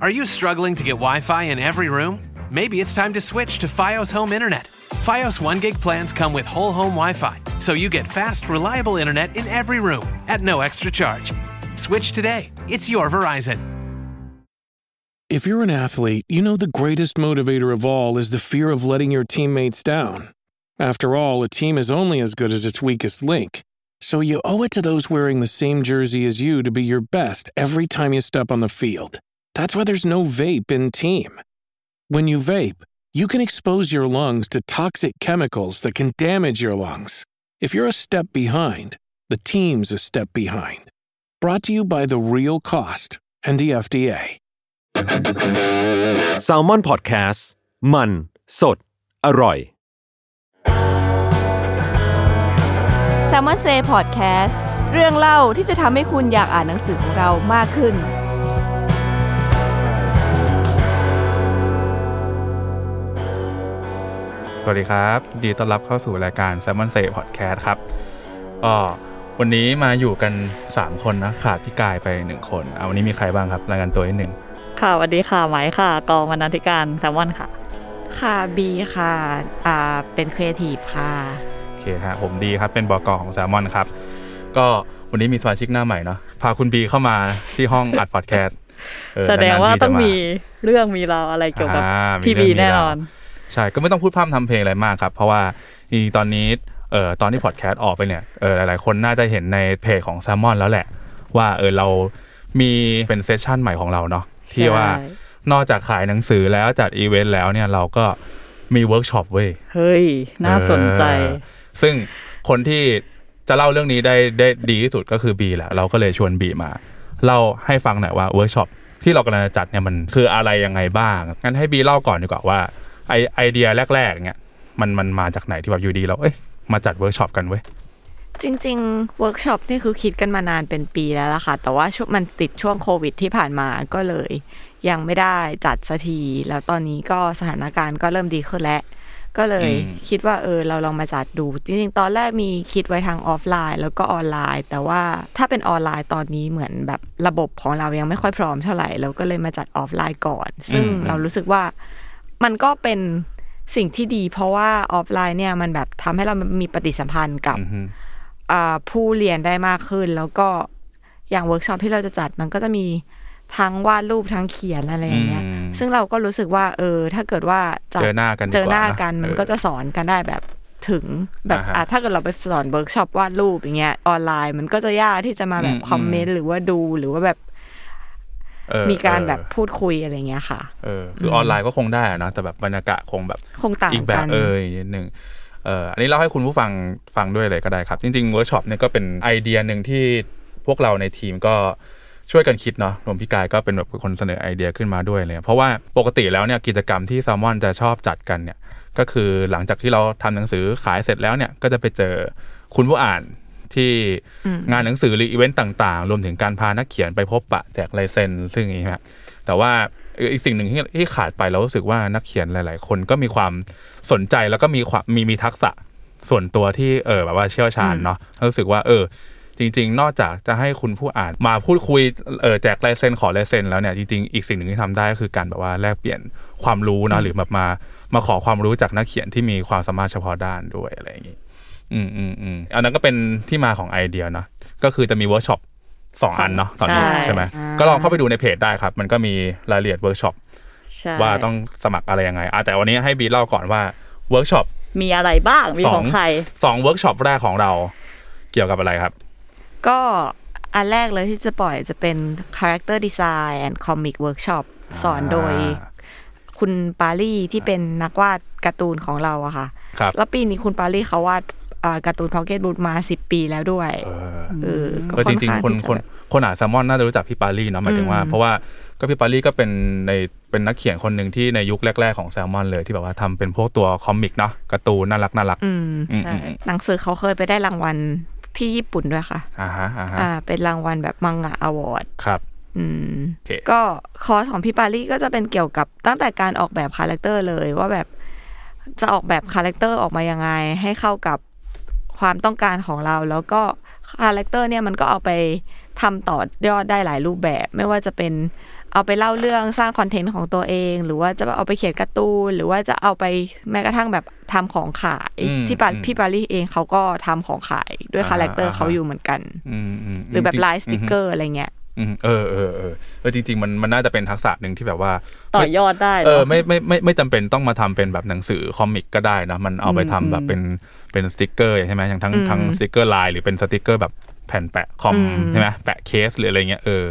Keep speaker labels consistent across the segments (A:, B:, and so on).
A: Are you struggling to get Wi Fi in every room? Maybe it's time to switch to Fios Home Internet. Fios 1 gig plans come with whole home Wi Fi, so you get fast, reliable internet in every room at no extra charge. Switch today. It's your Verizon.
B: If you're an athlete, you know the greatest motivator of all is the fear of letting your teammates down. After all, a team is only as good as its weakest link. So you owe it to those wearing the same jersey as you to be your best every time you step on the field. That's why there's no vape in team. When you vape, you can expose your lungs to toxic chemicals that can damage your lungs. If you're a step behind, the team's a step behind. Brought to you by The Real Cost and the FDA.
C: แซลมอนพอดแคสต์มันสดอร่อย
D: s ซ m ม n นเซ่พอดแคสต์เรื่องเล่าที่จะทำให้คุณอยากอ่านหนังสือของเรามากขึ้น
E: สวัสดีครับยินดีต้อนรับเข้าสู่รายการ s ซ m ม n นเซ่พอดแคสต์ครับอ่อวันนี้มาอยู่กัน 3 คนนะขาดพี่กายไป 1 คนอ่าวันนี้มีใครบ้างครับรายงานตัวนิดหนึ่ง
F: ค่ะสวัสดีค่ะ ไหมค่ะ กองบรรณาธิการแซมมอนค่ะ
G: ค่ะบีค่ะ อ่า เป็นครีเอทีฟค่ะ
E: โอเคฮะผมดีครับเป็นบอกของแซลมอนครับ ก็วันนี้มีสมาชิกหน้าใหม่เนาะพาคุณบีเข้ามาที่ห้องอัดพอดแคสต์เออนๆ
F: แสดงว่า
E: ทีจะ
F: ต้องมี
E: า
F: เรื่องมีราวอะไรเกี่ยวกับ
E: อ่ามี
F: ที
E: เรื่
F: วี
E: องมี
F: แน่
E: ราว
F: นอน
E: ใช่ ก็ไม่ต้องพูดพร่ำทำเพลงอะไรมากครับ เพราะว่าจริงๆตอนนี้เอ่อตอนที่พอดแคสต์ออกไปเนี่ยเออหลายๆ คนน่าจะเห็นในเพจของแซมมอนแล้วแหละ ว่าเออเรามีเป็นเซสชันใหม่ของเราเนาะที่ว่านอกจากขายหนังสือแล้วจัดอีเวนต์แล้วเนี่ยเราก็มีเวิร์กช็อปเว้ย
F: เฮ้ย น่าสนใจ
E: เออซึ่งคนที่จะเล่าเรื่องนี้ได้ได้ดีที่สุดก็คือบีแหละ เราก็เลยชวนบีมาเล่าให้ฟังหน่อยว่าเวิร์กช็อปที่เรากำลังจะจัดเนี่ยมันคืออะไรยังไงบ้าง งั้นให้บีเล่าก่อนดีกว่าว่าไอไอเดียแรก ๆ เนี่ยมันมันมาจากไหนที่แบบอยู่ดีเราเอ้ยมาจัดเวิร์กช็อปกันเว้ย
G: จริงๆเวิร์กช็อปนี่คือคิดกันมานานเป็นปีแล้วล่ะค่ะ แต่ว่าช่วงมันติดช่วงโควิดที่ผ่านมาก็เลย ยังไม่ได้จัดสักที แล้วตอนนี้ก็สถานการณ์ก็เริ่มดีขึ้นแล้ว ก็เลย
E: อืม
G: คิดว่าเออเราลองมาจัดดู จริงๆ ตอนแรกมีคิดไว้ทางออฟไลน์ แล้วก็ออนไลน์ แต่ว่าถ้าเป็นออนไลน์ตอนนี้เหมือนแบบระบบของเรายังไม่ค่อยพร้อมเท่าไหร่เราก็เลยมาจัดออฟไลน์ก่อน ซึ่ง
E: อืม
G: เรารู้สึกว่า มันก็เป็นสิ่งที่ดี เพราะว่าออฟไลน์เนี่ยมันแบบทำให้เรามีปฏิสัมพันธ์กับ
E: อือฮึ
G: อ่าผู้เรียนได้มากขึ้น แล้วก็อย่างเวิร์กช็อปที่เราจะจัดมันก็จะมีทั้งวาดรูปทั้งเขียนอะไรอย่างเงี้ย
E: อืม
G: ซึ่งเราก็รู้สึกว่า เออ ถ้าเกิดว่าะ
E: เจอหน้ากันดีกว่า
G: เจอหน้ากัน
E: นะ
G: มัน
E: เออ
G: ก็จะสอนกันได้แบบถึงแบบ
E: อ่าฮะ
G: อ่ะถ้าเกิดเราไปสอนเวิร์กช็อปวาดรูปอย่างเงี้ยออนไลน์มันก็จะยากที่จะมาแบ
E: อื
G: บ
E: ม
G: คอมเมนต์หรือว่าดูหรือว่าแบบ
E: เออ
G: มีการ
E: เออ
G: แบบพูดคุยอะไรเงี้ยค่ะ
E: เออคือออนไลน์ก็คงได้อะเนาะแต่แบบบรรยากาศคงแบบ
G: คงต่าง
E: อีกแบ
G: กับ น
E: เอออีกนิดนึงเอออันนี้เล่าให้คุณผู้ฟังฟังด้วยเลยก็ได้ครับ จริงๆเวิร์กช็อปเนี่ยก็เป็นไอเดียหนึ่งที่พวกเราในทีมก็ช่วยกันคิดเนาะรวมพี่กายก็เป็นแบบคนเสนอไอเดียขึ้นมาด้วยเลย เพราะว่าปกติแล้วเนี่ยกิจกรรมที่แซลมอนจะชอบจัดกันเนี่ยก็คือหลังจากที่เราทำหนังสือขายเสร็จแล้วเนี่ยก็จะไปเจอคุณผู้อ่านที่งานหนังสือหรืออีเวนต์ต่างๆ รวมถึงการพานักเขียนไปพบปะแจกลายเซ็นซึ่งอย่างนี้ฮะ แต่ว่าเอ่ออีกสิ่งหนึ่งที่ที่ขาดไปเรารู้สึกว่านักเขียนหลาย ๆ คนก็มีความสนใจแล้วก็มีความมีมีทักษะส่วนตัวที่เออแบบว่าเชี่ยวชาญเนาะรู้สึกว่าเออ จริง ๆ นอกจากจะให้คุณผู้อ่านมาพูดคุยเออแจกลายเซ็นขอลายเซ็นแล้วเนี่ยจริง ๆ อีกสิ่งหนึ่งที่ทำได้ก็คือการแบบว่าแลกเปลี่ยนความรู้เนอะหรือแบบมามาขอความรู้จากนักเขียนที่มีความสามารถเฉพาะด้านด้วยอะไรอย่างนี้อืมอืมอืมอันนั้นก็เป็นที่มาของไอเดียเนาะก็คือจะมีเวิร์กช็อปสองอันเนาะตอนนี้
F: ใช่
E: ใช่ไหม
G: อ่า
E: ก็ลองเข้าไปดูในเพจได้ครับ มันก็มีรายละเอียดเวิร์กช็อป
F: ใช่
E: ว่าต้องสมัครอะไรยังไงอ่ะแต่วันนี้ให้บีเล่าก่อนว่าเวิร์กช็อป
F: มีอะไรบ้าง มี
E: สอ
F: ข
E: ง
F: องใคร
E: สองเวิร์กช็อปแรกของเรา เกี่ยวกับอะไรครับ
G: ก็อันแรกเลยที่จะปล่อยจะเป็น Character Design and Comic Workshop สอนโดยคุณปาลี่ที่เป็นนักวาดการ์ตูนของเราอะค่ะ
E: ครับ
G: แล้วปีนี้คุณปาลี่เขาวาดอ่าการ์ตูนพ็อกเก็ตบุ๊มาสิบปีแล้วด้วย
E: เออ
G: เออก็
E: เออจ
G: อน
E: ริง
G: ข้า
E: ๆ คน
G: ที่จะ
E: คน
G: แบบ
E: คนอ่านแซลมอนน่าจะรู้จักพี่ปาลี่เนาะหมายถึงว่า
G: อืม
E: เพราะว่าก็พี่ปาลี่ก็เป็นในเป็นนักเขียนคนหนึ่งที่ในยุคแรก ๆ ของแซลมอนเลยที่แบบว่าทำเป็นพวกตัวคอมิกเนาะการ์ตูนน่ารักน่ารัก
G: อืม
E: อืม
F: ใช่
E: อืมอืม
G: หนังสือเขาเคยไปได้รางวัลที่ญี่ปุ่นด้วยค่ะ
E: อ่าฮะอ่าฮะ
G: อ่า เป็นรางวัลแบบมังงะอวอร์ด
E: ครับ
G: อืม
E: โอเค
G: ก็คอร์สของพี่ปาลี่ก็จะเป็นเกี่ยวกับตั้งแต่การออกแบบคาแรคเตอร์เลยว่าแบบจะออกแบบคาแรคเตอร์ออกมายังไง ให้เข้ากับความต้องการของเรา แล้วก็คาแรคเตอร์เนี่ยมันก็เอาไปทำต่อยอดได้หลายรูปแบบ ไม่ว่าจะเป็น เอาไปเล่าเรื่องสร้างคอนเทนต์ของตัวเอง หรือว่าจะเอาไปเขียนการ์ตูน หรือว่าจะเอาไปแม้กระทั่งแบบทำของขาย
E: อืม
G: ที่ปา
E: อืม
G: พี่ปารีสเองเขาก็ทำของขายด้วย
E: อ่า
G: คาแรคเตอร์
E: อ่า
G: เขาอยู่เหมือนกัน
E: มม
G: หรือแบบ
E: จงๆ
G: ไลน์สติกเกอร์อะไรเงี้ย
E: อืมเออเออเออเออจริง ๆ มันมันน่าจะเป็นทักษะหนึ่งที่แบบว่า
F: ต่อยอดได้
E: เออ
F: เนาะ
E: ไม่ไม่ไม่ไม่จำเป็นต้องมาทำเป็นแบบหนังสือคอมิกก็ได้นะมันเอาไปทำแบบเป็นเป็นสติกเกอร์ใช่ไหมอย่างทั้ง
G: อืม
E: ทั้งสติกเกอร์ลายหรือเป็นสติกเกอร์แบบแผ่นแปะคอม
G: อืม
E: ใช่ไหมแปะเคสหรืออะไรเงี้ยเออ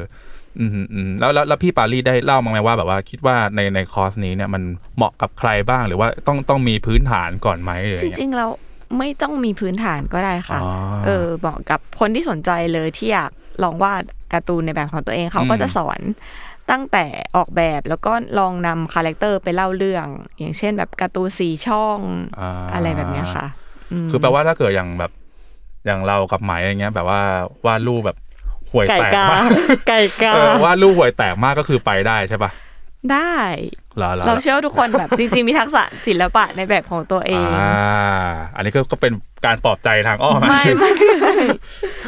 E: อืมอืมแล้วแล้วแล้วพี่ปารีได้เล่ามั้างไหมว่าแบบว่าคิดว่าในในคอร์สนี้เนี่ยมันเหมาะกับใครบ้างหรือว่าต้องต้องมีพื้นฐานก่อนไหมหรืออะ
G: จ
E: ไรเงี้ย
G: ริงๆเราไม่ต้องมีพื้นฐานก็ได้ค่ะ
E: อ๋อ
G: เออเหมาะกับคนที่สนใจเลยที่อยากลองวาดการ์ตูนในแบบของตัวเองเขาก็
E: อืม
G: จะสอนตั้งแต่ออกแบบแล้วก็ลองนำคาแรคเตอร์ไปเล่าเรื่อง อย่างเช่นแบบการ์ตูนสีช่องอะไรแบบเนี้ยค่ะม
E: คือแปลว่าถ้าเกิดอย่างแบบอย่างเรากับไหมอย่างเงี้ย แบบว่าวาดรูปแบบห่วย
F: ไก่
E: แตก
F: กาม
E: าก
F: ไก่กา
E: เออวาดรูปห่วยแตกมากก็คือไปได้ใช่ปะ
G: ได้
E: เหรอหรอห
G: เรา
E: รอ
G: เชื่อว่าทุกคนแบบ จริงๆ มีทักษะศิลปะในแบบของตัวเอง
E: อ่า อันนี้ก็ก็เป็นการปลอบใจทางอ้อม
G: ไม่
E: นะ
G: ไม่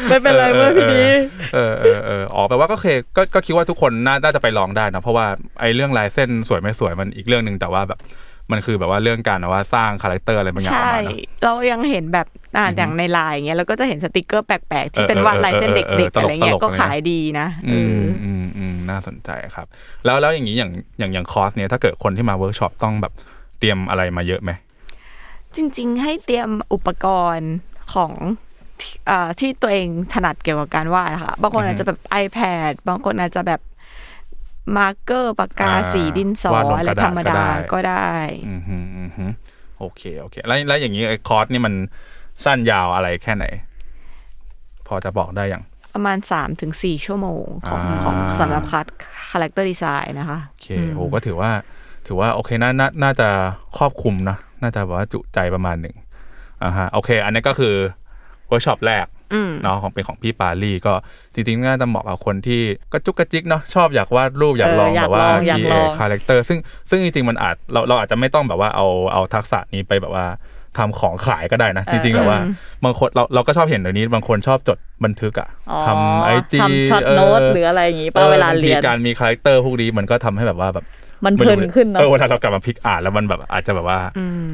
F: ไม่เป็นไรเว้ยพี่บี
E: เออเออเอออ๋อแปลว่าก็โอเคก็ก็คิดว่าทุกคนน่าน่าจะไปลองได้นะ เพราะว่าไอ้เรื่องลายเส้นสวยไม่สวยมันอีกเรื่องหนึ่งแต่ว่าแบบมันคือแบบว่าเรื่องการว่าสร้างคาแรคเตอร์อะไรบางอย่างออก
G: ใช่
E: มาเนอะ
G: เรายังเห็นแบบอ่าอย่างในไลน์อย่างเงี้ยเราก็จะเห็นสติกเกอร์แปลกๆ ที่เป็น
E: เออ
G: วาดลายเส้นเด็กๆ
E: เออเออเออ
G: อะไรเงี้
E: ตล
G: ย
E: กๆ
G: ก็
E: เลยนะ
G: ขายดีนะเอ
E: อื
G: อ
E: ม
G: อ
E: อืมอืมน่าสนใจครับ แล้วแล้วอย่างนี้อย่างอย่างอย่างคอร์สเนี้ยถ้าเกิดคนที่มาเวิร์กช็อปต้องแบบเตรียมอะไรมาเยอะไหม
G: จริงๆ ให้เตรียมอุปกรณ์ของที่เอ่อที่ตัวเองถนัดเกี่ยวกับการวาดนะคะบางคน
E: อือฮึ
G: อาจจะแบบ iPad บางคนอาจจะแบบมาร์กเกอร์ปากกา
E: อ่า
G: สีดินสอ
E: วาดลง
G: อะ
E: ก
G: ไร
E: ระดาษ
G: ธรรมดา
E: ก็
G: ก็
E: ได้
G: ได้
E: อืมอืมอืมอืมโอเคโอเค แล้วแล้วอย่างนี้ไอ้คอร์สนี่มันสั้นยาวอะไรแค่ไหน พอจะบอกได้ยัง
G: ประมาณ 3-4ถึงสี่ชั่วโมงของ
E: อ่า
G: ของสำหรับคัดคาแรคเตอร์ดีไซน์นะคะ
E: โอเคโหก็ถือว่าถือว่าโอเคน่าน่าน่าจะครอบคลุมนะน่าจะแบบว่าจุใจประมาณหนึ่งอ่าฮะโอเค อันนี้ก็คือเวิร์กช็อปแรก
G: อืม
E: เนาะของเป็นของพี่ปาลีก็จริงๆน่าจะเหมาะกับคนที่กระจุกกระจิกเนาะชอบอยากวาดรูปอยาก
F: เออ
E: ลอง
F: อยา
E: แบ
F: ก
E: บว่า
F: ลองอยาก
E: คี
F: ล
E: เอ
F: อง
E: คาแรคเตอร์ซึ่งซึ่งจริงๆมันอาจเราเราอาจจะไม่ต้องแบบว่าเอาเอาทักษะนี้ไปแบบว่าทำของขายก็ได้นะ จริงๆแบบว่าบางคนเราเราก็ชอบเห็นเดี๋ยวนี้บางคนชอบจดบันทึกอะ
F: อ๋อ
E: ทำไอจี
F: ทำช็อตโน้ตหรืออะไรอย่างงี้ป่ะเวลาเรียน
E: บงทีการมีคาแรคเตอร์พวกนี้มันก็ทำให้แบบว่าแบบ
F: มันเพลินขึ้นเนาะ
E: เออเวลาเรากลับมาพลิกอ่านแล้วมันแบบอาจจะแบบว่า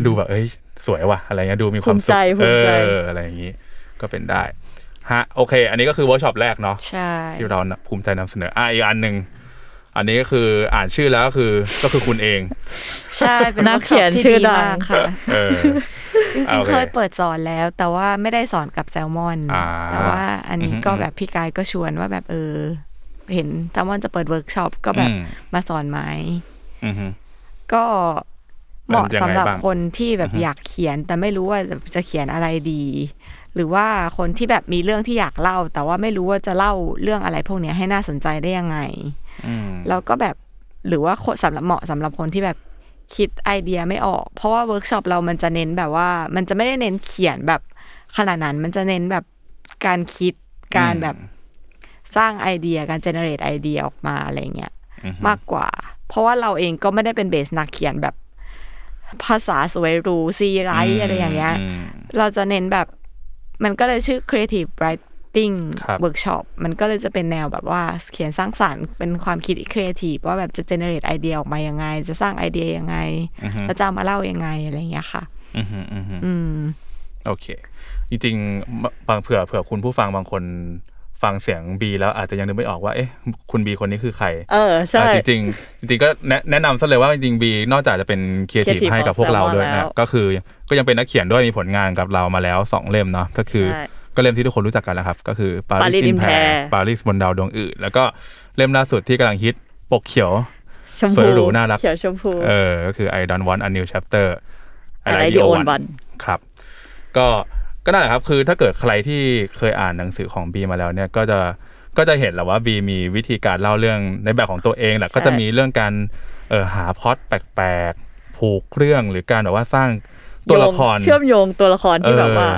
E: ดูแบบเอ้ยสวยว่ะอะไรเงี้ยดูมีความสุข
F: ภู
E: เอ
F: มิใจ
E: ออะไรอย่างนี้ ก็เป็นได้ฮะโอเค อันนี้ก็คือเวิร์กช็อปแรกเนาะ
G: ใช่
E: ที่เราภูมิใจนำเสนออ่ะอีกอันหนึ่งอันนี้ก็คืออ่านชื่อแล้วก็คือก็คือคุณเอง
G: ใช่ เป็น
F: นัก
G: วิร์ช็อป
F: เขียน
G: ที่
F: ชื่อดัง
G: มากค่ะ
E: เอ อ
G: จริ
E: อ่าง โอ
G: ๆ
E: เค
G: เคยเปิดสอนแล้ว แต่ว่าไม่ได้สอนกับแซลมอน
E: อ่า
G: แต่ว่าอันนี้
E: อือหือ
G: ก็แบบพี่กายก็ชวนว่าแบบเออ เห็นแซลมอนจะเปิดเวิร์กช็อปก็แบบ
E: อืม
G: มาสอนไหม
E: อือฮึ
G: ก็เหมาะ
E: เป็นยังไง
G: สำหรับ
E: บ้าง
G: คนที่แบบอยากเขียน แต่ไม่รู้ว่าจะเขียนอะไรดี หรือว่าคนที่แบบมีเรื่องที่อยากเล่า แต่ว่าไม่รู้ว่าจะเล่าเรื่องอะไรพวกเนี้ยให้น่าสนใจได้ยังไง
E: อืม
G: แล้วก็แบบหรือว่าคนสำหรับเหมาะสำหรับคนที่แบบคิดไอเดียไม่ออก เพราะว่าเวิร์กช็อปเรามันจะเน้นแบบว่า มันจะไม่ได้เน้นเขียนแบบขนาดนั้นมันจะเน้นแบบการคิดการ
E: อืม
G: แบบสร้างไอเดียการเจเนเรตไอเดียออกมาอะไรเงี้ย
E: อือฮึ
G: มากกว่า เพราะว่าเราเองก็ไม่ได้เป็นเบสนักเขียนแบบภาษาสวยหรูซีไรท์อะไรอย่างเงี้ย
E: ม
G: เราจะเน้นแบบมันก็เลยชื่อ creative writing
E: ครับ
G: workshop มันก็เลยจะเป็นแนวแบบว่าเขียนสร้างสารรค์เป็นความคิด creative ว่าแบบจะ generate ไอเดียออกมายังไง จะสร้างไอเดียยังไง
E: อือฮึ
G: แล้วจะเอามาเล่ายังไง อะไรอย่างเงี้ยค่ะ
E: อือฮึอือฮึ
G: อืม
E: โอเค จริงๆมบางเผื่อเผื่อคุณผู้ฟังบางคนฟังเสียงบีแล้วอาจจะยังนึกไม่ออกว่าเอ๊ะคุณบีคนนี้คือใคร
F: เออใช่
E: อ่ะจริงๆจริงๆก็แนะแนะนำซะเลยว่าจริงๆบีนอกจากจะเป็นครีเอทีฟ
F: Creative
E: ให้กับพวกเราด้วย
F: ของ
E: นะ
F: Salmon แล้ว
E: ก็คือก็ยังเป็นนักเขียนด้วยมีผลงานกับเรามาแล้ว 2 เล่มเนาะก็คือ
F: ใช่
E: ก็เล่มที่ทุกคนรู้จักกันแล้วครับ ก็คือ Paris
F: Paris
E: in
F: in
E: Paris
F: Paris
E: ปารีสบนดาวดวงอื่น แล้วก็เล่มล่าสุดที่กำลังฮิตปกเขียว
F: ชม
E: สวย
F: พู
E: หรูน่ารัก
F: เขียวชมพู
E: เออก็คือ I don't want a new chapter I
F: อะไร
E: like
F: ดี
E: the
F: โอ
E: old
F: น
E: one
F: บัน
E: ครับก็ก็นั่นแหละครับคือถ้าเกิดใครที่เคยอ่านหนังสือของบีมาแล้วเนี่ยก็จะก็จะเห็นแหละว่าบีมีวิธีการเล่าเรื่องในแบบของตัวเองแหละ
F: ใช่
E: ก็จะมีเรื่องการเออหาพล็อตแปลกๆผูกเรื่องหรือการแบบว่าสร้างตัวละคร
F: โยงเชื่อมโยงตัวละครที่
E: เออ
F: แบบว่า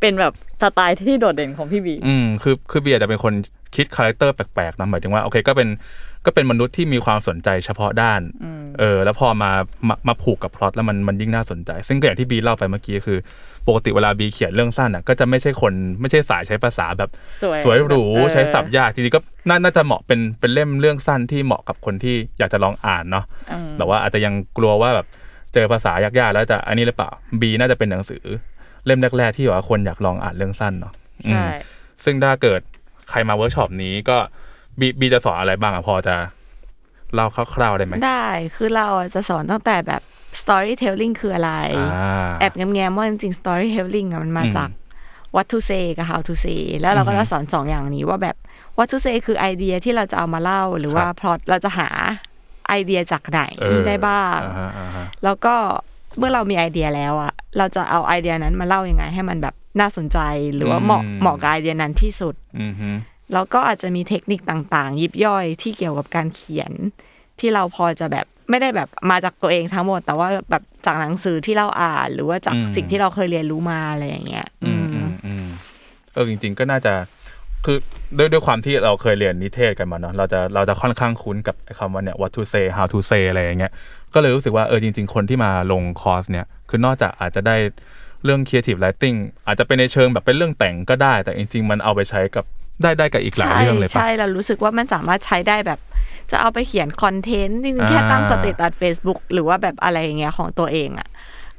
F: เป็นแบบสไตล์ที่โดดเด่นของพี่บี
E: อืมคือคือเบียร์จะเป็นคนคิดคาแรคเตอร์แปลกๆนะหมายถึงว่าโอเคก็เป็น ก็เป็นมนุษย์ที่มีความสนใจเฉพาะด้าน เออ แล้วพอมามามาผูกกับพล็อตแล้วมันมันยิ่งน่าสนใจ ซึ่งก็อย่างที่บีเล่าไปเมื่อกี้คือ ปกติเวลาบีเขียนเรื่องสั้นอ่ะก็จะไม่ใช่คนไม่ใช่สายใช้ภาษาแบบ
F: สวย
E: หรู
F: เออ
E: ใช้ศัพท์ยากจริงๆก็น่าน่าจะเหมาะเป็นเป็นเล่มเรื่องสั้นที่เหมาะกับคนที่อยากจะลองอ่านเนาะแบบว่าอาจจะยังกลัวว่าแบบเจอภาษายากๆแล้วจะอันนี้หรือเปล่าบีน่าจะเป็นหนังสือ เล่มแรกๆที่แบบว่าคนอยากลองอ่านเรื่องสั้นเนาะอืม
F: ใช่
E: ซึ่งถ้าเกิดใครมาเวิร์กช็อปนี้ก็บีบีจะสอนอะไรบ้างอะพอจะเล่าคร่าวๆได้ไหม
G: ได้คือเราอ่ะจะสอนตั้งแต่แบบ storytelling คืออะไร
E: อ่า
G: แอบแง้มๆว่าจริงๆ storytelling อะมันมา
E: อืม
G: จาก what to say กับ how to say แล้วเราก็
E: อือฮึ
G: จะสอนสองอย่างนี้ว่าแบบ what to say คือไอเดียที่เราจะเอามาเล่า หรือว่า
E: ครับ
G: plot เราจะหาไอเดียจากไหน
E: เออ
G: ได้บ้าง
E: อ่ฮะอ่าฮะ
G: แล้วก็เมื่อเรามีไอเดียแล้วอะเราจะเอาไอเดียนั้นมาเล่ายังไง ให้มันแบบน่าสนใจหรือว่าเหมาะ
E: อืม
G: เหมาะกับไอเดียนั้นที่สุด
E: อือฮึ
G: แล้วก็อาจจะมีเทคนิคต่างๆ ยิบย่อยที่เกี่ยวกับการเขียน ที่เราพอจะแบบไม่ได้แบบมาจากตัวเองทั้งหมด แต่ว่าแบบจากหนังสือที่เราอ่าน หรือว่าจากสิ่งที่เราเคยเรียนรู้มาอะไรอย่างเงี้ย
E: อืม
G: อื
E: อื
G: ม
E: มอืมเออจริง ๆ ก็น่าจะคือด้วยด้วยความที่เราเคยเรียนนิเทศกันมาเนาะเราจะเราจะค่อนข้างคุ้นกับไอ้คำว่าเนี่ย what to say how to say อะไรอย่างเงี้ยก็เลยรู้สึกว่าเออจริง ๆ คนที่มาลงคอร์สเนี่ยคือนอกจากอาจจะได้เรื่อง creative writing อาจจะเป็นในเชิงแบบเป็นเรื่องแต่งก็ได้ แต่จริง ๆ มันเอาไปใช้กับได้ได้กับอีกหลายเรื่องเลยปะ
G: ใช่ เรารู้สึกว่ามันสามารถใช้ได้แบบ จะเอาไปเขียนคอนเทนต์จริงๆแค่ตั้ง
E: อ่า
G: สเตตัส Facebook หรือว่าแบบอะไรอย่างเงี้ยของตัวเองอ่ะ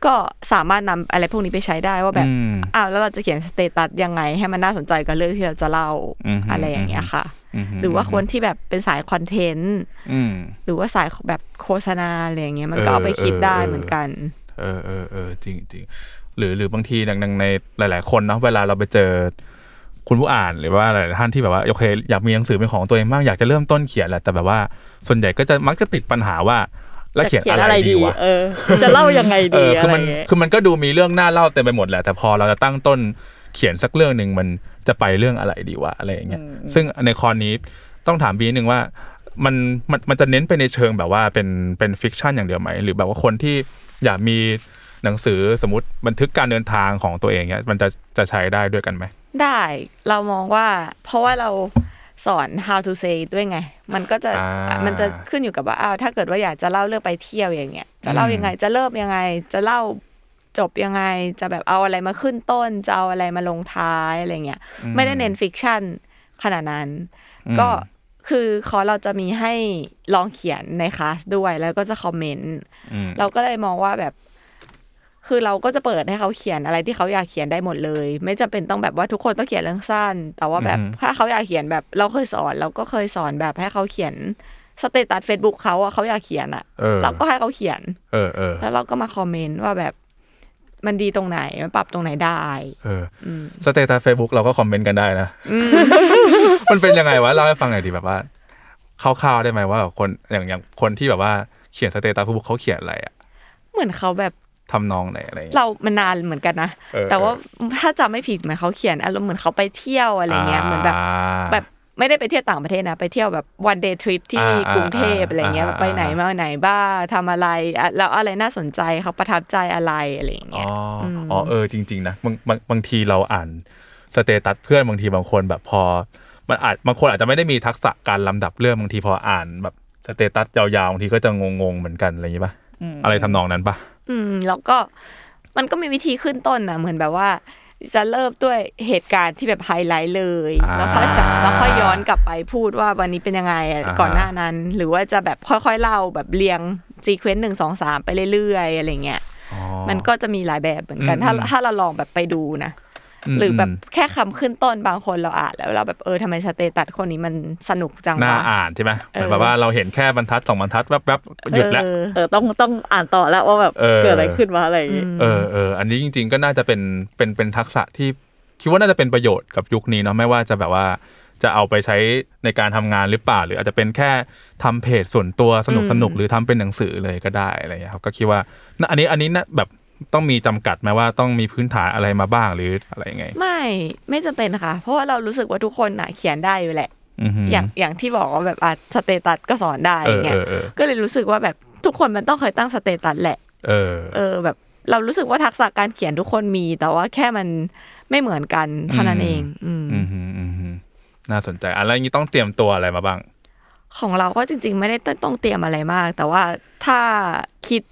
G: ก็สามารถนำอะไรพวกนี้ไปใช้ได้ว่าแบบ
E: อืม
G: อ้าวแล้วเราจะเขียนสเตตัสยังไง ให้มันน่าสนใจกับเรื่องที่เราจะเล่า
E: อือฮึ
G: อะไรอย่างเงี้ยค่ะ
E: อือฮึ
G: หรือว่าคนที่แบบเป็นสายคอนเทนต์
E: อืม
G: หรือว่าสายแบบโฆษณาอะไรอย่างเงี้ยมันก็เอาไปคิดได้เหมือนกัน
E: เออเออเออจริงจริงหรือหรือบางทีดังๆในหลาย ๆ คนเนาะเวลาเราไปเจอ คุณผู้อ่านหรือว่าหลายๆท่านที่แบบว่าโอเค อยากมีหนังสือเป็นของตัวเองบ้างอยากจะเริ่มต้นเขียนแหละแต่แบบว่าส่วนใหญ่ก็จะมักจะติดปัญหาว่า แล้วเขียนอะไรดีวะ
F: เออ จะเล่ายังไง
E: เอ
F: ดี
E: อ
F: อะ
E: คือ
F: ไร
E: มัน
F: เงี้ย
E: คือมันก็ดูมีเรื่องน่าเล่าเต็มไปหมดแหละ แต่พอเราจะตั้งต้นเขียนสักเรื่องหนึ่งมันจะไปเรื่องอะไรดีวะอะไรอย่างเงี้ยซึ่งในคอนนี้ต้องถามบีนิดนึงว่ามันมันมันจะเน้นไปในเชิงแบบว่าเป็นเป็นฟิกชันอย่างเดียวไหม หรือแบบว่าคนที่อยากมีหนังสือสมมติบันทึกการเดินทางของตัวเองเนี่ยมันจะจะใช้ได้ด้วยกันไหม
G: ได้เรามองว่าเพราะว่าเราสอน how to say ด้วยไง มันก็จะ
E: อ่ามั
G: มันจะขึ้นอยู่กับว่าอ้าวถ้าเกิดว่าอยากจะเล่าเรื่องไปเที่ยวอย่างเงี้ยจะเล่า
E: อืม
G: ยังไงจะเริ่มยังไง จะเล่าจบยังไง จะแบบเอาอะไรมาขึ้นต้น จะเอาอะไรมาลงท้ายอะไรเงี้ยไม่ได้เน้นฟิกชันขนาดนั้น ก็คือคอร์สเราจะมีให้ลองเขียนในคลาสด้วยแล้วก็จะคอมเมนต์
E: อืม
G: เราก็เลยมองว่าแบบ คือเราก็จะเปิดให้เขาเขียนอะไรที่เขาอยากเขียนได้หมดเลย ไม่จำเป็นต้องแบบว่าทุกคนต้องเขียนเรื่องสั้น แต่ว่าแบบ
E: อือฮึ
G: ถ้าเขาอยากเขียนแบบ เราเคยสอนเราก็เคยสอนแบบให้เขาเขียนสเตตัสเฟซบุ๊กเขาอะเขาอยากเขียนอะ
E: เออ
G: เราก็ให้เขาเขียน
E: เออเออ
G: แล้วเราก็มาคอมเมนต์ว่าแบบมันดีตรงไหนมันปรับตรงไหนได้
E: เอออสเตตัสเฟซบุ๊กเราก็คอมเมนต์กันได้นะ มันเป็นยังไงวะเล่าให้ฟังหน่อยดีแบบว่าคร่าวๆได้ไหมว่าแบบคนอย่างอย่างคนที่แบบว่าเขียนสเตตัสเฟซบุ๊กเขาเขียนอะไรอะ
G: เหมือนเขาแบบ
E: ทำนองไหนอะไรอย่างเงี้ย
G: เรามันนานเหมือนกันนะ
E: เออ
G: แต่ว่าถ้าจำไม่ผิดเหมือนเขาเขียนอารมณ์เหมือนเขาไปเที่ยวอะไรเงี้ยเหมือนแบบ
E: อ่า
G: แบบไม่ได้ไปเที่ยวต่างประเทศนะ ไปเที่ยวแบบ one day trip ที่
E: อ่าอ่าก
G: รุงเทพอะไรเงี้ย
E: อ่าอ่า
G: ไปไหนมาไหนบ้างทำอะไรอ่ะแล้วอะไรน่าสนใจเขาประทับใจอะไรอะไรอย่าง
E: อ๋
G: เงี้
E: อยอ
G: ม
E: อ๋อเออจริง ๆ นะบางบางบางทีเราอ่านสเตตัสเพื่อนบางทีบางคนแบบพอ มันอาจบางคนอาจจะไม่ได้มีทักษะการลำดับเรื่องบางทีพออ่านแบบสเตตัสยาวๆบางทีก็จะงงๆเหมือนกันอะไรอย่างงี้ป่ะอะไรทำนองนั้นป่ะ
G: อืมแล้วก็มันก็มีวิธีขึ้นต้นนะเหมือนแบบว่า จะเริ่มด้วยเหตุการณ์ที่แบบไฮไลท์เลย
E: อ่า
G: แล้วค่อยจะแล้วค่อยย้อนกลับไปพูดว่าวันนี้เป็นยังไงอ่ะ
E: อ่าฮะ
G: ก่อนหน้านั้น หรือว่าจะแบบค่อยๆเล่าแบบเรียงซีเควนต์หนึ่งสองสามไปเรื่อยๆอะไรเงี้ย
E: อ๋อ
G: มันก็จะมีหลายแบบเหมือนกัน
E: อืม
G: ถ้า
E: อืม
G: ถ้าเราลองแบบไปดูนะ
E: ม
G: หรือแบบ
E: ม
G: แค่คำขึ้นต้นบางคนเราอ่านแล้วเราแบบเออทำไมสเตตัสคนนี้มันสนุกจัง
E: น่าว
G: ะ
E: อ่านใช่ไหมเหมื
G: เอ
E: อน
G: อ
E: แบบว่าเราเห็นแค่บรรทัดสองบรรทัดแวบๆหยุดแล้ว
G: เออ
F: เออต้องต้องอ่านต่อแล้วว่าแบบ
E: เออ
F: เกิดอะไรขึ้นวะอะไรอย่างงี้
G: อืม
E: เออเอออันนี้จริง ๆ ก็น่าจะเป็นเป็นเป็นทักษะที่คิดว่าน่าจะเป็นประโยชน์กับยุคนี้เนาะไม่ว่าจะแบบว่าจะเอาไปใช้ในการทำงานหรือเปล่า หรืออาจจะเป็นแค่ทำเพจส่วนตัวสนุกสนุกๆหรือทำเป็นหนังสือเลยก็ได้อะไรอย่างเงี้ยครับก็คิดว่าน่ะอันนี้อันนี้นะแบบต้องมีจำกัดไหมว่าต้องมีพื้นฐานอะไรมาบ้างหรืออะไรยังไง
G: ไม่ไม่จำเป็นค่ะ เพราะว่าเรารู้สึกว่าทุกคนอ่ะเขียนได้อยู่แหละ
E: อือหือ
G: อย่างอย่างที่บอกว่าแบบอ่ะสเตตัสก็สอนได้
E: เออ
G: เงี้
E: เอย อเออ
G: ก็เลยรู้สึกว่าแบบทุกคนมันต้องเคยตั้งสเตตัสแหละ
E: เออ
G: เออแบบเรารู้สึกว่าทักษะการเขียนทุกคนมี แต่ว่าแค่มันไม่เหมือนกันเท่านั้นเอง อืม
E: อือหืออือหือน่าสนใจอะไรอย่างนี้ต้องเตรียมตัวอะไรมาบ้าง
G: ของเราก็จริง ๆ ไม่ได้ต้องเตรียมอะไรมาก แต่ว่าถ้าคิด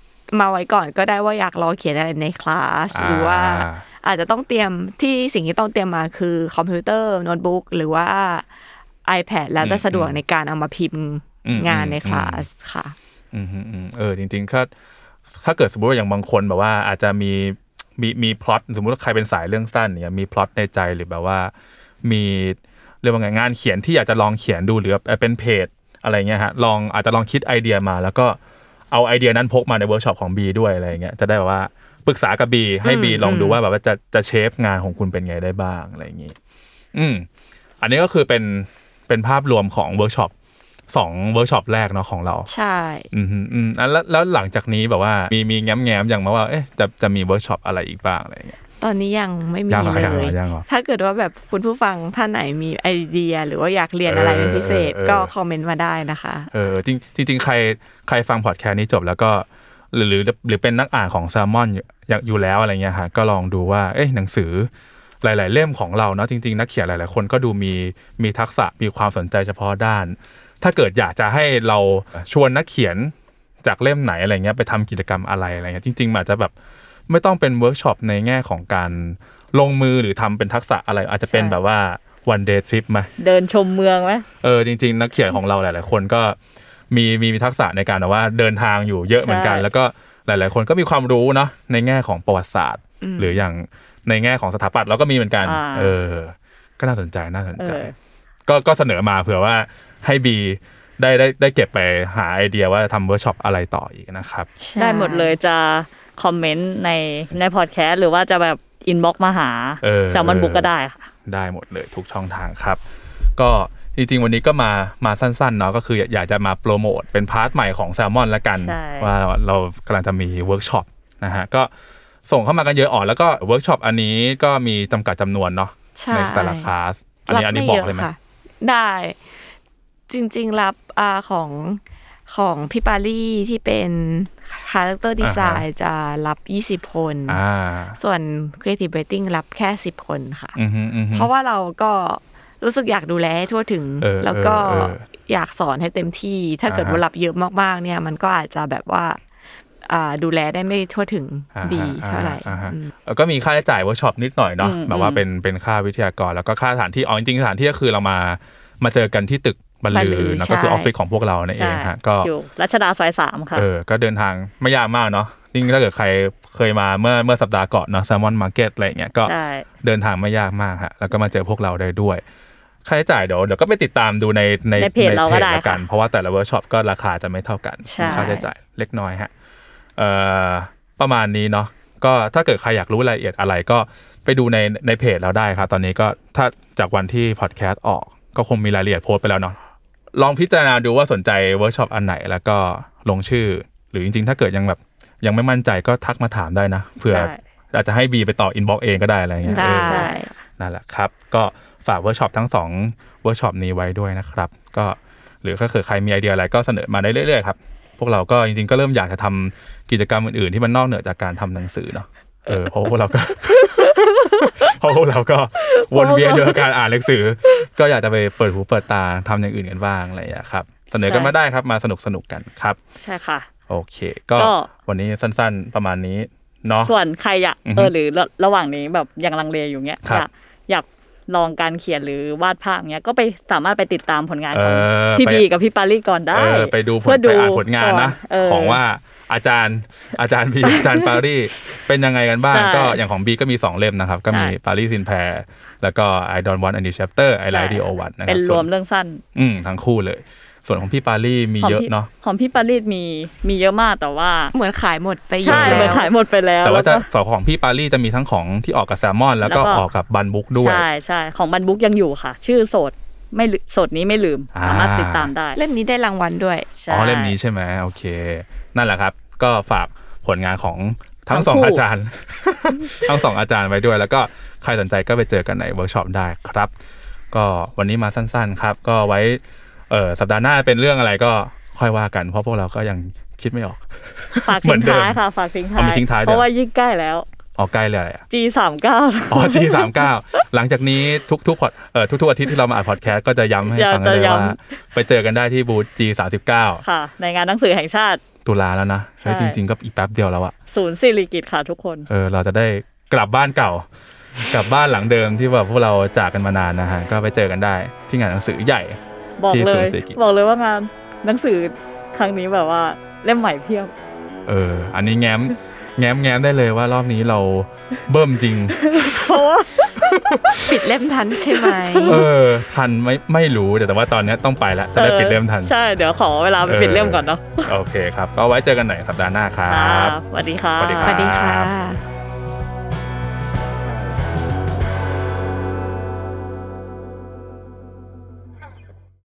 G: มาไว้ก่อนก็ได้ว่าอยากรอเขียนอะไรในคลาสหรือว่า อาจจะต้องเตรียมที่สิ่งที่ต้องเตรียมมาคือคอมพิวเตอร์โน้ตบุ๊กหรือว่า iPad แล้วแต่
E: อืม
G: สะดวก
E: อืม
G: ในการเอามาพิมพ์
E: อืม
G: งานใน
E: อืม
G: คลาสค่ะ
E: อืมฮึอืมเออจริงๆถ้าถ้าเกิดสมมติว่าอย่างบางคนแบบว่าอาจจะมีมีมีพล็อตสมมติว่าใครเป็นสายเรื่องสั้นเนี่ยมีพล็อตในใจหรือแบบว่า มีเรียกว่าไงงานเขียนที่อยากจะลองเขียนดูหรือแบบเอ่อเป็นเพจอะไรเงี้ยฮะลองอาจจะลองคิดไอเดียมา แล้วก็เอาไอเดียนั้นพกมาในเวิร์กช็อปของ B ด้วยอะไรเงี้ยจะได้แบบว่าปรึกษากับ B ให้ B ลองดูว่าแบบว่าจะจะเชฟงานของคุณเป็นไงได้บ้างอะไรอย่างงี้อืมอันนี้ก็คือเป็นเป็นภาพรวมของเวิร์กช็อปสองเวิร์กช็อปแรกเนาะของเรา
G: ใช่
E: อืมฮึอืมอันแล้วแล้วหลังจากนี้แบบว่ามีมีแง้มแง้มอย่างมาว่าเอ๊ะจะจะมีเวิร์กช็อปอะไรอีกบ้างอะไรอย่างเงี้ย
G: ตอนนี้ยังไม่มี
E: ยังเหรอ
G: เล
E: ยังเหร
G: ย
E: อยังเหรอ
G: ถ้าเกิดว่าแบบคุณผู้ฟังท่านไหนมีไอเดีย หรือว่าอยากเรียนอะไรเป็นพิเศษ
E: เออเออ
G: ก็คอมเมนต์มาได้นะคะ
E: เออจริงจริงจริงใครใครฟังพอดแคสต์นี้จบแล้วก็ หรือหรือหรือเป็นนักอ่านของแซลมอนอยู่อยากอยู่แล้วอะไรเงี้ยฮะก็ลองดูว่าเอ๊ะหนังสือหลาย ๆ เล่มของเราเนาะจริง ๆ นักเขียนหลาย ๆ คนก็ดูมีมีทักษะมีความสนใจเฉพาะด้าน ถ้าเกิดอยากจะให้เราชวนนักเขียนจากเล่มไหนอะไรเงี้ยไปทำกิจกรรมอะไรอะไรเงี้ยจริงๆมันอาจจะแบบไม่ต้องเป็นเวิร์กช็อปในแง่ของการลงมือหรือทำเป็นทักษะอะไร อาจจะเป็น
F: ใช่
E: แบบว่า one day trip ไหม
F: เดินชมเมืองไหม
E: เออจริงๆ นักเขียนของเราหลาย ๆ คนก็มีมีมีทักษะในการแบบว่าเดินทางอยู่เยอะเหมือนกัน
F: ใช่
E: แล้วก็หลาย ๆ คนก็มีความรู้เนาะในแง่ของประวัติศาสตร์ หรืออย่างในแง่ของสถาปัตย์เราก็มีเหมือนกัน เออ ก็น่าสนใจน่าสน
F: เอ
E: ใจ
F: อ
E: ก็ก็เสนอมาเผื่อว่าให้บีได้ได้ได้เก็บไปหาไอเดียว่าทำเวิร์กช็อปอะไรต่ออีกนะครับ
F: ได้หมดเลยจะคอมเมนต์ในในพอดแคสต์หรือว่าจะแบบอินบ็อกมาหา
E: เออ
F: แซลมอนบุกก็ได้ค่ะ
E: ได้หมดเลยทุกช่องทางครับ ก็จริงๆ วันนี้ก็มามาสั้นๆเนาะก็คืออยากอยากจะมาโปรโมทเป็นพาร์ทใหม่ของแซลมอนละกัน
F: ใช่
E: ว่าเราเรากำลังจะมีเวิร์กช็อปนะฮะก็ส่งเข้ามากันเยอะอ่อนแล้วก็เวิร์กช็อปอันนี้ก็มีจำกัดจำนวนเนาะ
G: ใช่
E: ในแต่ละคลาสอันนี้
G: รั
E: อันนี้
G: ไม่
E: บอกเลยไหม
G: ะค่ะได้จริงๆรับอาของของพี่ปาลี่ที่เป็นคาแรคเตอร์ดีไซน์จะรับ 20 คน
E: อ่า
G: ส่วน Creative Writing รับแค่ 10 คนค่ะ
E: อือฮึอือฮึ
G: เพราะว่าเราก็รู้สึกอยากดูแลให้ทั่วถึง
E: เออ
G: แล้วก็
E: เออเออ
G: อยากสอนให้เต็มที่ ถ้าเกิด
E: อ่าฮะ
G: ว่ารับเยอะมากๆ เนี่ย มันก็อาจจะแบบว่าอ่าดูแลได้ไม่ทั่วถึง
E: อ่า
G: ดี
E: ฮะ
G: เท่าไหร่
E: อ่ฮะ
G: อืม
E: แล้วก็มีค่าใช้จ่ายเวิร์กช็อปนิดหน่อยเนาะ
F: อืม
E: แบบว่า
F: อืม
E: เป็นเป็นค่าวิทยากรแล้วก็ค่าสถานที่อ๋อจริงๆสถานที่ก็คือเรามามาเจอกันที่ตึกบรร
G: บรรลื
E: ลือ
G: อ
E: นะก็คืออ
G: ใช่
E: อฟฟิศของพวกเรานั่นเอ
F: ใช่
E: งฮะก็
F: อยู่รัชดาซอยสามค่ะ
E: เออ ก็เดินทางไม่ยากมากเนาะยิ่งถ้าเกิดใครเคยมาเมื่อเมื่อสัปดาห์ก่อนเนาะแซลมอนมาร์เก็ตอะไรอย่างเงี้ย ก็
F: ใช่
E: เดินทางไม่ยากมากฮะ แล้วก็มาเจอพวกเราได้ด้วย ค่าใช้จ่ายเดี๋ยวเดี๋ยวก็ไปติดตามดูในใน
F: ในเพจเราก็ได้
E: ละกัน
F: ค่ะ
E: เพราะว่าแต่ละเวิร์กช็อปก็ราคาจะไม่เท่ากัน
F: ใช่
E: ค่าใช้จ่ายเล็กน้อยฮะ เอ่อ ประมาณนี้เนาะ ก็ถ้าเกิดใครอยากรู้รายละเอียดอะไรก็ไปดูในในเพจเราได้ครับ ตอนนี้ก็ถ้าจากวันที่พอดแคสต์ออกก็คงมีรายละเอียดโพสต์ไปแล้วเนาะ ลองพิจารณาดูว่าสนใจเวิร์กช็อปอันไหนแล้วก็ลงชื่อ หรือจริงๆ ถ้าเกิดยังแบบยังไม่มั่นใจก็ทักมาถามได้นะเผื่อ
F: ได้
E: อาจจะให้บีไปต่ออินบ็อกเองก็ได้อะไรเงี้ย
G: ได้
E: เออ
F: ใช่
E: นั่นแหละครับ ก็ฝากเวิร์กช็อปทั้งสองเวิร์กช็อปนี้ไว้ด้วยนะครับ ก็หรือถ้าเกิดใครมีไอเดียอะไรก็เสนอมาได้เรื่อยๆครับ พวกเราก็จริงๆ ก็เริ่มอยากจะทำกิจกรรมอื่นๆ ที่มันนอกเหนือจากการทำหนังสือเนาะเออเพราะพวกเราก็ เพราะพวกเราก็วนเวียนอยู่กับการอ่านหนังสือ ก็อยากจะไปเปิดหูเปิดตาทำอย่างอื่นกันบ้างอะไรอย่างเงี้ยครับ เสนอกันมาได้ครับมาสนุกสนุกๆกันครับ
F: ใช่ค่ะ
E: โอเค ก็
F: ก็
E: วันนี้สั้นๆประมาณนี้เนาะ
F: ส่วนใครอยาก
E: อือฮึ
F: เออหรือระระหว่างนี้แบบยังลังเลอยู่เนี้ย
E: ครับ
F: อยากอยากลองการเขียนหรือวาดภาพเนี้ยก็ไปสามารถไปติดตามผลงานของ
E: เออ
F: พี่
E: ไป
F: บีกับพี่ปาลี่ก่อนได้
E: เออไปดูผล
F: เพื่
E: ไปอ่านผลงานนะ
F: ก่เ
E: ของว่าอาจารย์อาจารย์ พี อาจารย์ปารีเป็นยังไงกันบ้าง
F: ใช่
E: ก็อย่างของบีก็มี 2 เล่มนะครับ ก็มี
F: ใช่
E: ปารีซินแพรแล้วก็ไอดอนวันอันดี c h a เตอร์ไอไลดีโอวันนะค
F: เป็
E: รั
F: น
E: บ
F: ร
E: ส่
F: ว
E: ว
F: ม
E: น
F: เรื่องสั้น
E: อืมทั้งคู่เลย ส่วนของพี่ปารีมีเยอะ
F: ของพี่
E: เนาะ
F: ของพี่ปารีสมีมีเยอะมากแต่ว่า
G: เหมือนขายหมดไปเย
F: ใช่
G: อะ
F: เหมือน
G: แล้ว
F: ขายหมดไปแล้ว
E: แต่ว่าจะ
F: ล้ก็
E: ฝั่งของพี่ปารีจะมีทั้งของที่ออกกับแซลมอน แล้วก็
F: แล้วก็
E: ออกกับบันบุ๊กด้วย
F: ใช่ใช่ของบันบุ๊กยังอยู่ค่ะ ชื่อโสดไม่ลืโสดนี้ไม่ลืม
E: อ่า
F: สามารถติดตามได้
G: เล่มนี้ได้รางวัลด้วย
F: ใช่
E: อ๋อเล่มนี้ใช่ไหมโอเค นั่นแหละครับ ก็ฝากผลงานของทั้ง
F: ทั้ง
E: สอง
F: คู่
E: อาจารย์ ทั้งสองอาจารย์ไว้ด้วย แล้วก็ใครสนใจก็ไปเจอกันในเวิร์กช็อปได้ครับ ก็วันนี้มาสั้นๆครับ ก็ไว้เออสัปดาห์หน้าเป็นเรื่องอะไรก็ค่อยว่ากัน เพราะพวกเราก็ยังคิดไม่ออก
F: ฝาก
E: เหมือ
F: ทิ้
E: ง นเดิม
F: ท้ายค่ะฝากทิ้งท้า
E: เอา
F: ย
E: มาทิ้งท้ายเดี๋ยว
F: เพราะว่ายิ่งใกล้แล้ว
E: อ อ๋อใกล้เลยอะ
F: G สามเก้า
E: อ๋อ G สามเก้าหลังจากนี้ทุกๆพอดเอ่อทุกๆอาทิตย์ที่เรามาอัดพอดแคสต์ก็จะย้ำให้
F: อยาก
E: ฟังกันเลย
F: จะย้ำ
E: ว่าไปเจอกันได้ที่บูธ G สามสิบเก้า
F: ค่ะ ในงานหนังสือแห่งชาติ
E: ตุลาแล้วนะ
F: ใช่
E: ใช่จริง ๆ ก็อีกแป๊บเดียวแล้วอะ
F: ศูนย์สิริกิตค่ะทุกคน
E: เออเราจะได้กลับบ้านเก่า กลับบ้านหลังเดิมที่แบบพวกเราจากกันมานานนะฮะก็ไปเจอกันได้ที่งานหนังสือใหญ่
F: บอก
E: ที่
F: เล
E: ศูน
F: ย
E: ย์ศิริกิติ์
F: บอกเลยว่างานหนังสือครั้งนี้แบบว่าเล่มใหม่เพียบ
E: เออ อันนี้แง้ม แง้มแง้มได้เลยว่ารอบนี้เราเบิ่ม จริง
F: เพราะว่า
G: ปิดเล่มทันใช่ไหม
E: เออ ทันไม่ไม่รู้แต่แต่ว่าตอนเนี้ยต้องไปแล้วจะได้ปิดเล่มทัน
F: ใช่ เดี๋ยวขอเวลาไป
E: เออ
F: ปิดเล่มก่อนเนาะ
E: โอเคครับก็ไว้เจอกันใหน่สัปดาห์หน้าครั
F: ครับ บสวัสดีค่ะ
E: สวัสดี
G: ส
E: รับ
G: วัสดีค่ะ